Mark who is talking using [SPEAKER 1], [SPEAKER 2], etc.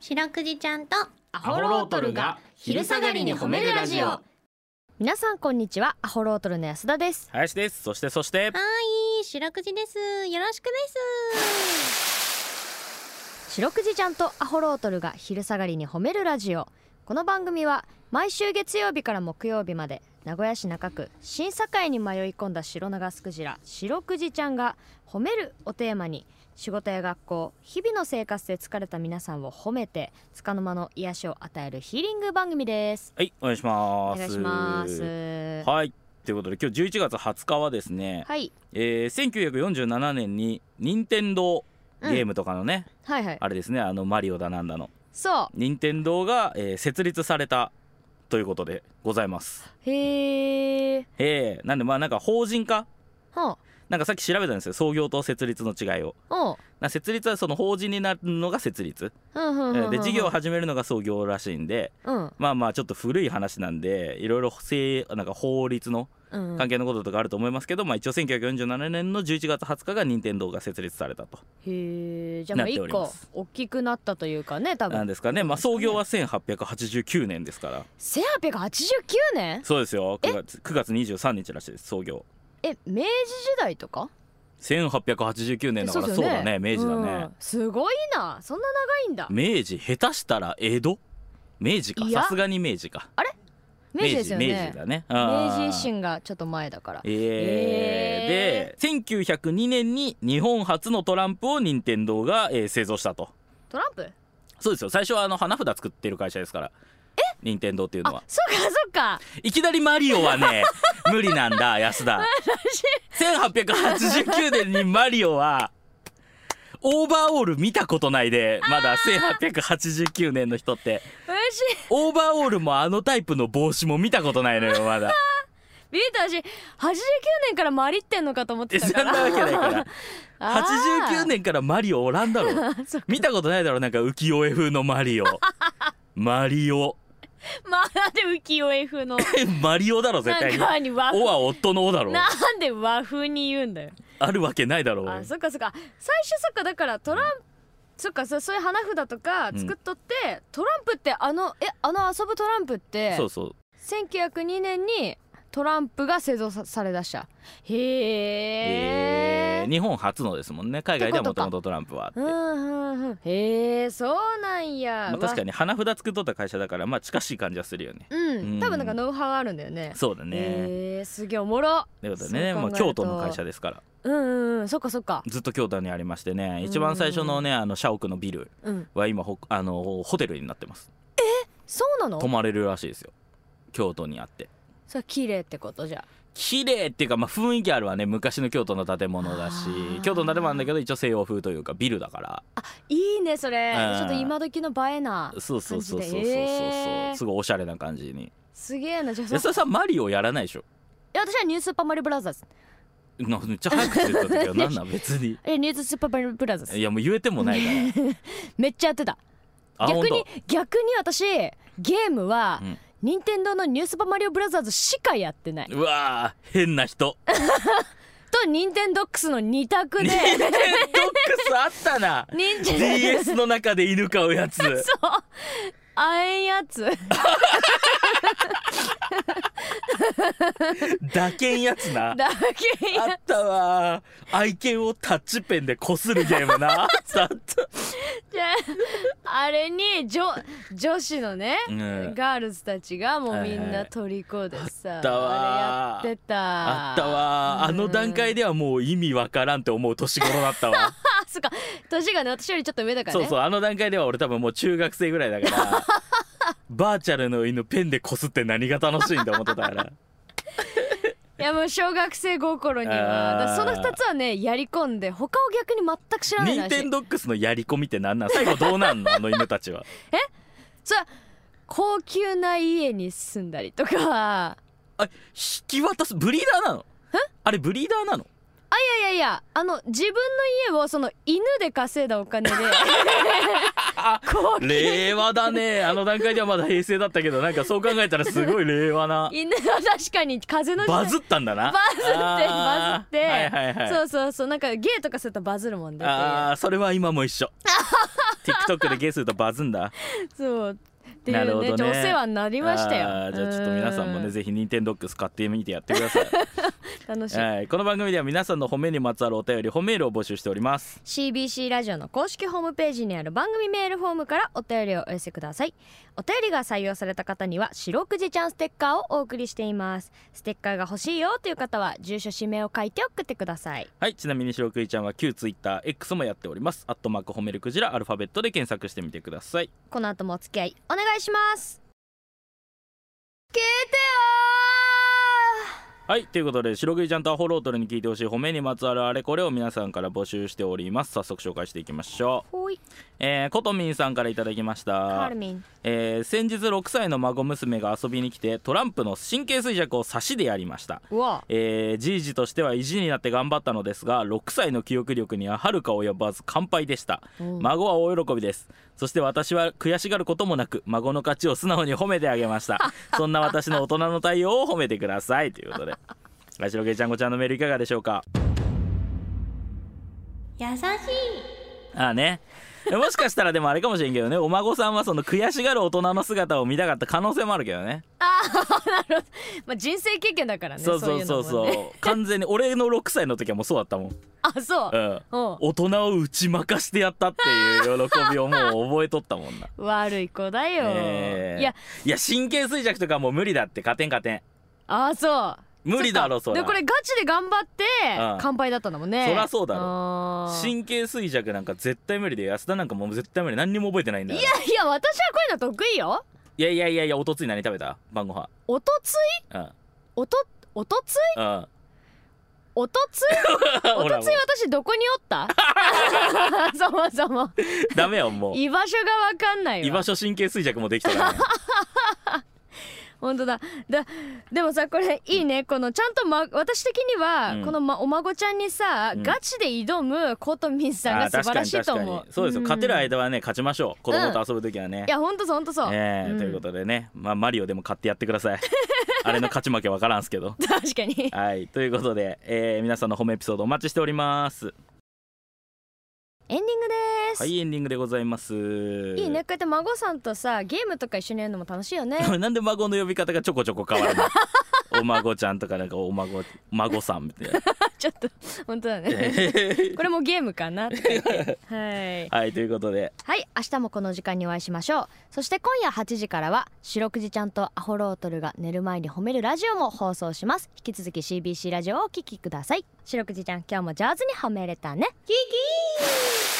[SPEAKER 1] 白くじちゃんとア
[SPEAKER 2] ホロートルが昼下がりに褒めるラジオ
[SPEAKER 3] 皆さんこんにちはアホロートルの安田です
[SPEAKER 4] 林ですそしてそして
[SPEAKER 1] はい白くじですよろしくです
[SPEAKER 3] 白くじちゃんとアホロートルが昼下がりに褒めるラジオこの番組は毎週月曜日から木曜日まで名古屋市中区審査会に迷い込んだ白長スクジラ白くじちゃんが褒めるおテーマに仕事や学校日々の生活で疲れた皆さんを褒めて束の間の癒しを与えるヒーリング番組です
[SPEAKER 4] はいお願いし
[SPEAKER 3] お
[SPEAKER 4] ます
[SPEAKER 3] 願いします
[SPEAKER 4] はいということで今日11月20日はですね、
[SPEAKER 3] はい
[SPEAKER 4] えー、1947年に任天堂
[SPEAKER 3] うん
[SPEAKER 4] ゲームとかのね、
[SPEAKER 3] はいはい
[SPEAKER 4] あれですねあのマリオだなんだの
[SPEAKER 3] そ
[SPEAKER 4] 任天堂が、えー設立されたということでございます
[SPEAKER 3] うへえ
[SPEAKER 4] えー、なんでまあなんか法人化
[SPEAKER 3] ほう
[SPEAKER 4] なんかさっき調べたんですよ創業と設立の違いを
[SPEAKER 3] おう
[SPEAKER 4] な設立はその法人になるのが設立、
[SPEAKER 3] うんうんうん
[SPEAKER 4] え
[SPEAKER 3] う
[SPEAKER 4] ー
[SPEAKER 3] ん
[SPEAKER 4] で事業を始めるのが創業らしいんで
[SPEAKER 3] うん
[SPEAKER 4] まあまあちょっと古い話なんでいろいろ制なんか法律の
[SPEAKER 3] うん
[SPEAKER 4] 関係のこととかあると思いますけど、まあ一応1947年の11月20日が任天堂が設立されたと
[SPEAKER 3] へえじゃあまあ
[SPEAKER 4] なって
[SPEAKER 3] 一
[SPEAKER 4] おりま
[SPEAKER 3] 個
[SPEAKER 4] す
[SPEAKER 3] 大きくなったというかね多
[SPEAKER 4] なん
[SPEAKER 3] 分
[SPEAKER 4] ですかねまあ創業は1889年ですから
[SPEAKER 3] 1889年
[SPEAKER 4] そうですよ9月 ,9 月23日らしいです創業
[SPEAKER 3] え明治時代とか
[SPEAKER 4] 1889年だからそう,、
[SPEAKER 3] よ
[SPEAKER 4] だね明治だね
[SPEAKER 3] うん、すごいなそんな長いんだ
[SPEAKER 4] 明治下手したら江戸明治か
[SPEAKER 3] いや
[SPEAKER 4] さすがに明治か
[SPEAKER 3] 明治ですよ
[SPEAKER 4] 明
[SPEAKER 3] ね
[SPEAKER 4] 治だね
[SPEAKER 3] 明
[SPEAKER 4] あー
[SPEAKER 3] 治維新がちょっと前だから
[SPEAKER 4] えー、で1902年に日本初のトランプを任天堂が、えー製造したと
[SPEAKER 3] トランプ
[SPEAKER 4] そうですよ最初はあの花札作ってる会社ですからえ任天堂っていう
[SPEAKER 3] あ
[SPEAKER 4] のは
[SPEAKER 3] そうかそうか
[SPEAKER 4] いきなりマリオは ね無理なんだ安田1889年にマリオはオーバーオール見たことないでまだ1889年の人って
[SPEAKER 3] 嬉しい
[SPEAKER 4] オーバーオールもあのタイプの帽子も見たことないのよ まだ
[SPEAKER 3] ビート私89年からマリってんのかと思っ
[SPEAKER 4] え
[SPEAKER 3] て
[SPEAKER 4] そ
[SPEAKER 3] た
[SPEAKER 4] ん
[SPEAKER 3] から
[SPEAKER 4] なわけないから
[SPEAKER 3] あー
[SPEAKER 4] 89年からマリオおらんだろ
[SPEAKER 3] そっか
[SPEAKER 4] 見たことないだろなんか浮世絵風の マリオマリオ
[SPEAKER 3] まあなんで浮世絵風の
[SPEAKER 4] マリオだろ
[SPEAKER 3] な
[SPEAKER 4] 絶対
[SPEAKER 3] ん
[SPEAKER 4] に
[SPEAKER 3] かに和
[SPEAKER 4] お
[SPEAKER 3] 風
[SPEAKER 4] は夫のおだろ
[SPEAKER 3] なんで和風に言うんだよ
[SPEAKER 4] あるわけないだろ
[SPEAKER 3] あそっかそっか最初そっかだからトランプ、そっかそそういう花札とか作っとって、トランプってあのえあの遊ぶトランプって
[SPEAKER 4] そうそう
[SPEAKER 3] 1902年にトランプが製造さされだしたへ
[SPEAKER 4] え
[SPEAKER 3] え
[SPEAKER 4] ー日本初のですもんね海外ではもともとトランプはあって
[SPEAKER 3] うんうんうんへえそうなんや、
[SPEAKER 4] まあ、確か
[SPEAKER 3] に
[SPEAKER 4] に花札作っとった会社だからまあ近しい感じはするよね
[SPEAKER 3] う
[SPEAKER 4] うん
[SPEAKER 3] ん多分なんかノウハウあるんだよね
[SPEAKER 4] そうだね
[SPEAKER 3] へえすげえおもろ
[SPEAKER 4] ということでね
[SPEAKER 3] そう
[SPEAKER 4] も
[SPEAKER 3] 考え
[SPEAKER 4] う
[SPEAKER 3] ると
[SPEAKER 4] 京都の会社ですから
[SPEAKER 3] うんうんうんそっかそっか
[SPEAKER 4] ずっと京都にありましてね一番最初のねあの社屋のビル
[SPEAKER 3] うん
[SPEAKER 4] は今ほあのホテルになってます
[SPEAKER 3] そうなの
[SPEAKER 4] 泊まれるらしいですよ京都にあって
[SPEAKER 3] それ綺麗ってことじゃ
[SPEAKER 4] 綺麗っていうか、まあ、雰囲気あるわね昔の京都の建物だし
[SPEAKER 3] あー
[SPEAKER 4] 京都の建物なんだけど一応西洋風というかビルだから
[SPEAKER 3] いいねそれ
[SPEAKER 4] うん
[SPEAKER 3] ちょっと今時の映えな
[SPEAKER 4] そうそうそうそうそうそ
[SPEAKER 3] 感
[SPEAKER 4] う
[SPEAKER 3] じでへー
[SPEAKER 4] すごいおしゃれな感じに
[SPEAKER 3] すげえなじゃあそ
[SPEAKER 4] 安田さんマリオやらないでしょ
[SPEAKER 3] え私はニュースーパーマリオブラザーズ
[SPEAKER 4] なめっちゃ早く言ってたけどなんなん 別に
[SPEAKER 3] えニュースーパーマリオブラザー
[SPEAKER 4] い
[SPEAKER 3] ズ
[SPEAKER 4] やもう言えてもない から
[SPEAKER 3] めっちゃやってた
[SPEAKER 4] あ
[SPEAKER 3] 逆に
[SPEAKER 4] 本
[SPEAKER 3] 逆に私ゲームは、
[SPEAKER 4] うん
[SPEAKER 3] 任天堂のニュースーパーマリオブラザーズしかやってない
[SPEAKER 4] 当うわー変な人
[SPEAKER 3] と任天堂ックスの二択で
[SPEAKER 4] ニンテ ンドックスあったな
[SPEAKER 3] 任天
[SPEAKER 4] DS の中で犬飼うやつ
[SPEAKER 3] そうあえんやつ
[SPEAKER 4] 打剣やつな
[SPEAKER 3] だけ
[SPEAKER 4] あったわー愛犬をタッチペンでこするゲームなあ ったあった
[SPEAKER 3] じゃ ああれに女女子のね、
[SPEAKER 4] うん
[SPEAKER 3] ガールズたちがもうみん
[SPEAKER 4] はいは
[SPEAKER 3] ない虜でさ、
[SPEAKER 4] ったわ
[SPEAKER 3] あれやってた
[SPEAKER 4] あったわーあの段階
[SPEAKER 3] で
[SPEAKER 4] ではもう意味わからんって思う年頃 だったわ
[SPEAKER 3] あそっか年がね私よりちょっと上だから
[SPEAKER 4] そう
[SPEAKER 3] ね
[SPEAKER 4] そうあの段階では俺多分もう中学生ぐらいだから バーチャルの犬ペンでこすって何が楽しいんだ思ってたから
[SPEAKER 3] いやもう小学生心には
[SPEAKER 4] あー
[SPEAKER 3] だからその2つはねやり込んで他を逆に全く知らない
[SPEAKER 4] ニン
[SPEAKER 3] らし
[SPEAKER 4] テン
[SPEAKER 3] い
[SPEAKER 4] ドックスのやり込みってなんなん最後どうな んのあの犬たちは
[SPEAKER 3] それは高級な家に住んだりとか
[SPEAKER 4] あ引き渡すブリーダーなのあれブリーダーなの
[SPEAKER 3] いやいやいやあの自分の家をその犬で稼いだお 金で こう
[SPEAKER 4] 令和だねあの段階ではまだ平成だったけどなんかそう考えたらすごい令和な
[SPEAKER 3] 犬は確かに風の時代
[SPEAKER 4] バズったんだな
[SPEAKER 3] バズってバズって、
[SPEAKER 4] あーはいはいはい
[SPEAKER 3] そうそうそうなんかゲーとかするとバズるもんで
[SPEAKER 4] あーそれは今も 一緒 TikTok でゲーするとバズんだ
[SPEAKER 3] そうってい
[SPEAKER 4] なる
[SPEAKER 3] う
[SPEAKER 4] ほ
[SPEAKER 3] ね
[SPEAKER 4] どね
[SPEAKER 3] ちょっとお世話になりましたよ
[SPEAKER 4] あーじゃあちょっと皆さんも
[SPEAKER 3] う
[SPEAKER 4] ねぜひ任天ドックス買ってみてやってく ださい、
[SPEAKER 3] 楽しい
[SPEAKER 4] はい、この番組では皆さんの褒めにまつわるお便り褒めールを募集しております
[SPEAKER 3] CBC ラジオの公式ホームページにある番組メールフォームからお便りをお寄せくださいお便りが採用された方には「白くじちゃんステッカー」をお送りしていますステッカーが欲しいよという方は住所氏名を書いて送ってください
[SPEAKER 4] はいちなみに白クイちゃんは旧 TwitterX もやっておりますアットマーク褒めるクジラアルファベットで検索してみてください
[SPEAKER 3] この後もお付き合いお願いします聞いて
[SPEAKER 4] はいということで白クイちゃんとアホロートルに聞いてほしい褒めにまつわるあれこれを皆さんから募集しております早速紹介していきましょう
[SPEAKER 3] よーほい
[SPEAKER 4] えー、コトミンさんからいただきまし
[SPEAKER 3] カー
[SPEAKER 4] た
[SPEAKER 3] ル、ミン
[SPEAKER 4] えー、先日6歳の孫娘が遊びに来てトランプの神経衰弱を差しでやりました
[SPEAKER 3] うわ
[SPEAKER 4] えー、じいじとしては意地になって頑張ったのですが6歳の記憶力にははるか及ばず完敗でした
[SPEAKER 3] うん
[SPEAKER 4] 孫は大喜びですそして私は悔しがることもなく孫の勝ちを素直に褒めてあげました そんな私の大人の対応を褒めてくださいとい うことであしろけちゃんこちゃんのメールいかがでしょうか
[SPEAKER 1] 優しい
[SPEAKER 4] ああねもしかしたらでもあれかもしれんけどねお孫さんはその悔しがる大人の姿を見たかった可能性もあるけどね
[SPEAKER 3] まあ人生経験だからね
[SPEAKER 4] そうそうそう
[SPEAKER 3] いの
[SPEAKER 4] そう
[SPEAKER 3] もね
[SPEAKER 4] 完全に俺の6歳の時はもうそうだったもん
[SPEAKER 3] あそううんうん
[SPEAKER 4] 大人を打ち負かしてやったっていう喜びをもう覚えとったもんな
[SPEAKER 3] 悪い子だよ、
[SPEAKER 4] ええ
[SPEAKER 3] いや
[SPEAKER 4] いや神経衰弱とかもう無理だって勝てん勝てん
[SPEAKER 3] ああそう
[SPEAKER 4] 無理だろ
[SPEAKER 3] そっ
[SPEAKER 4] そ
[SPEAKER 3] かで
[SPEAKER 4] ら
[SPEAKER 3] これガチで頑張って
[SPEAKER 4] うん
[SPEAKER 3] 乾杯だったんだもんね
[SPEAKER 4] そらそうだろ
[SPEAKER 3] ろい
[SPEAKER 4] 神経衰弱なんか絶対無理で安田なんかもう絶対無理何にも覚えてないんだ
[SPEAKER 3] や
[SPEAKER 4] よ
[SPEAKER 3] いや私はこういうの得意よ
[SPEAKER 4] いやいやいやいやおとつい何食べた晩ご飯
[SPEAKER 3] おとつい
[SPEAKER 4] うんうん
[SPEAKER 3] おとおとついおとついお
[SPEAKER 4] ほ
[SPEAKER 3] と
[SPEAKER 4] ら
[SPEAKER 3] つ
[SPEAKER 4] も
[SPEAKER 3] い私どこにおった そもそも
[SPEAKER 4] うダメよもう
[SPEAKER 3] 居場所がわかんないわ
[SPEAKER 4] 居場所神経衰弱もでき たからね
[SPEAKER 3] 本当だだでもさこれいいねこのちゃんと、ま、私的には、
[SPEAKER 4] うん
[SPEAKER 3] この、ま、お孫ちゃんにさ、
[SPEAKER 4] うん
[SPEAKER 3] ガチで挑むコトミンさんが
[SPEAKER 4] あー
[SPEAKER 3] 素
[SPEAKER 4] 確
[SPEAKER 3] 晴
[SPEAKER 4] からに
[SPEAKER 3] しい
[SPEAKER 4] 確
[SPEAKER 3] と
[SPEAKER 4] か
[SPEAKER 3] 思
[SPEAKER 4] に
[SPEAKER 3] う
[SPEAKER 4] そうですよ勝てる
[SPEAKER 3] うん
[SPEAKER 4] 間はね勝ちましょう子供と遊ぶ時はね
[SPEAKER 3] いや本当そう本当そう、
[SPEAKER 4] ええ
[SPEAKER 3] ん
[SPEAKER 4] ということでね、まあ、マリオでも買ってやってくだ さいあれの勝ち負けわからんすけど
[SPEAKER 3] 確 かに
[SPEAKER 4] はいということで、えー皆さんの褒めエピソードお待ちしております
[SPEAKER 3] エンディングです、、
[SPEAKER 4] はいいエンディングでございます
[SPEAKER 3] い
[SPEAKER 4] い
[SPEAKER 3] ねこうやって孫さんとさゲームとか一緒にやるのも楽しいよね
[SPEAKER 4] なんで孫の呼び方がちょこちょこ変わるのお孫ちゃんとかなんかお孫孫さんみたいな、
[SPEAKER 3] ちょっと本当だね これもゲームかなとか言ってはい
[SPEAKER 4] はいということで
[SPEAKER 3] はい明日もこの時間にお会いしましょうそして今夜8時からは「白くじちゃんとアホロートルが寝る前に褒めるラジオ」も放送します引き続き CBC ラジオをお聴きください白くじちゃん今日も上手に褒めれたね
[SPEAKER 1] キキー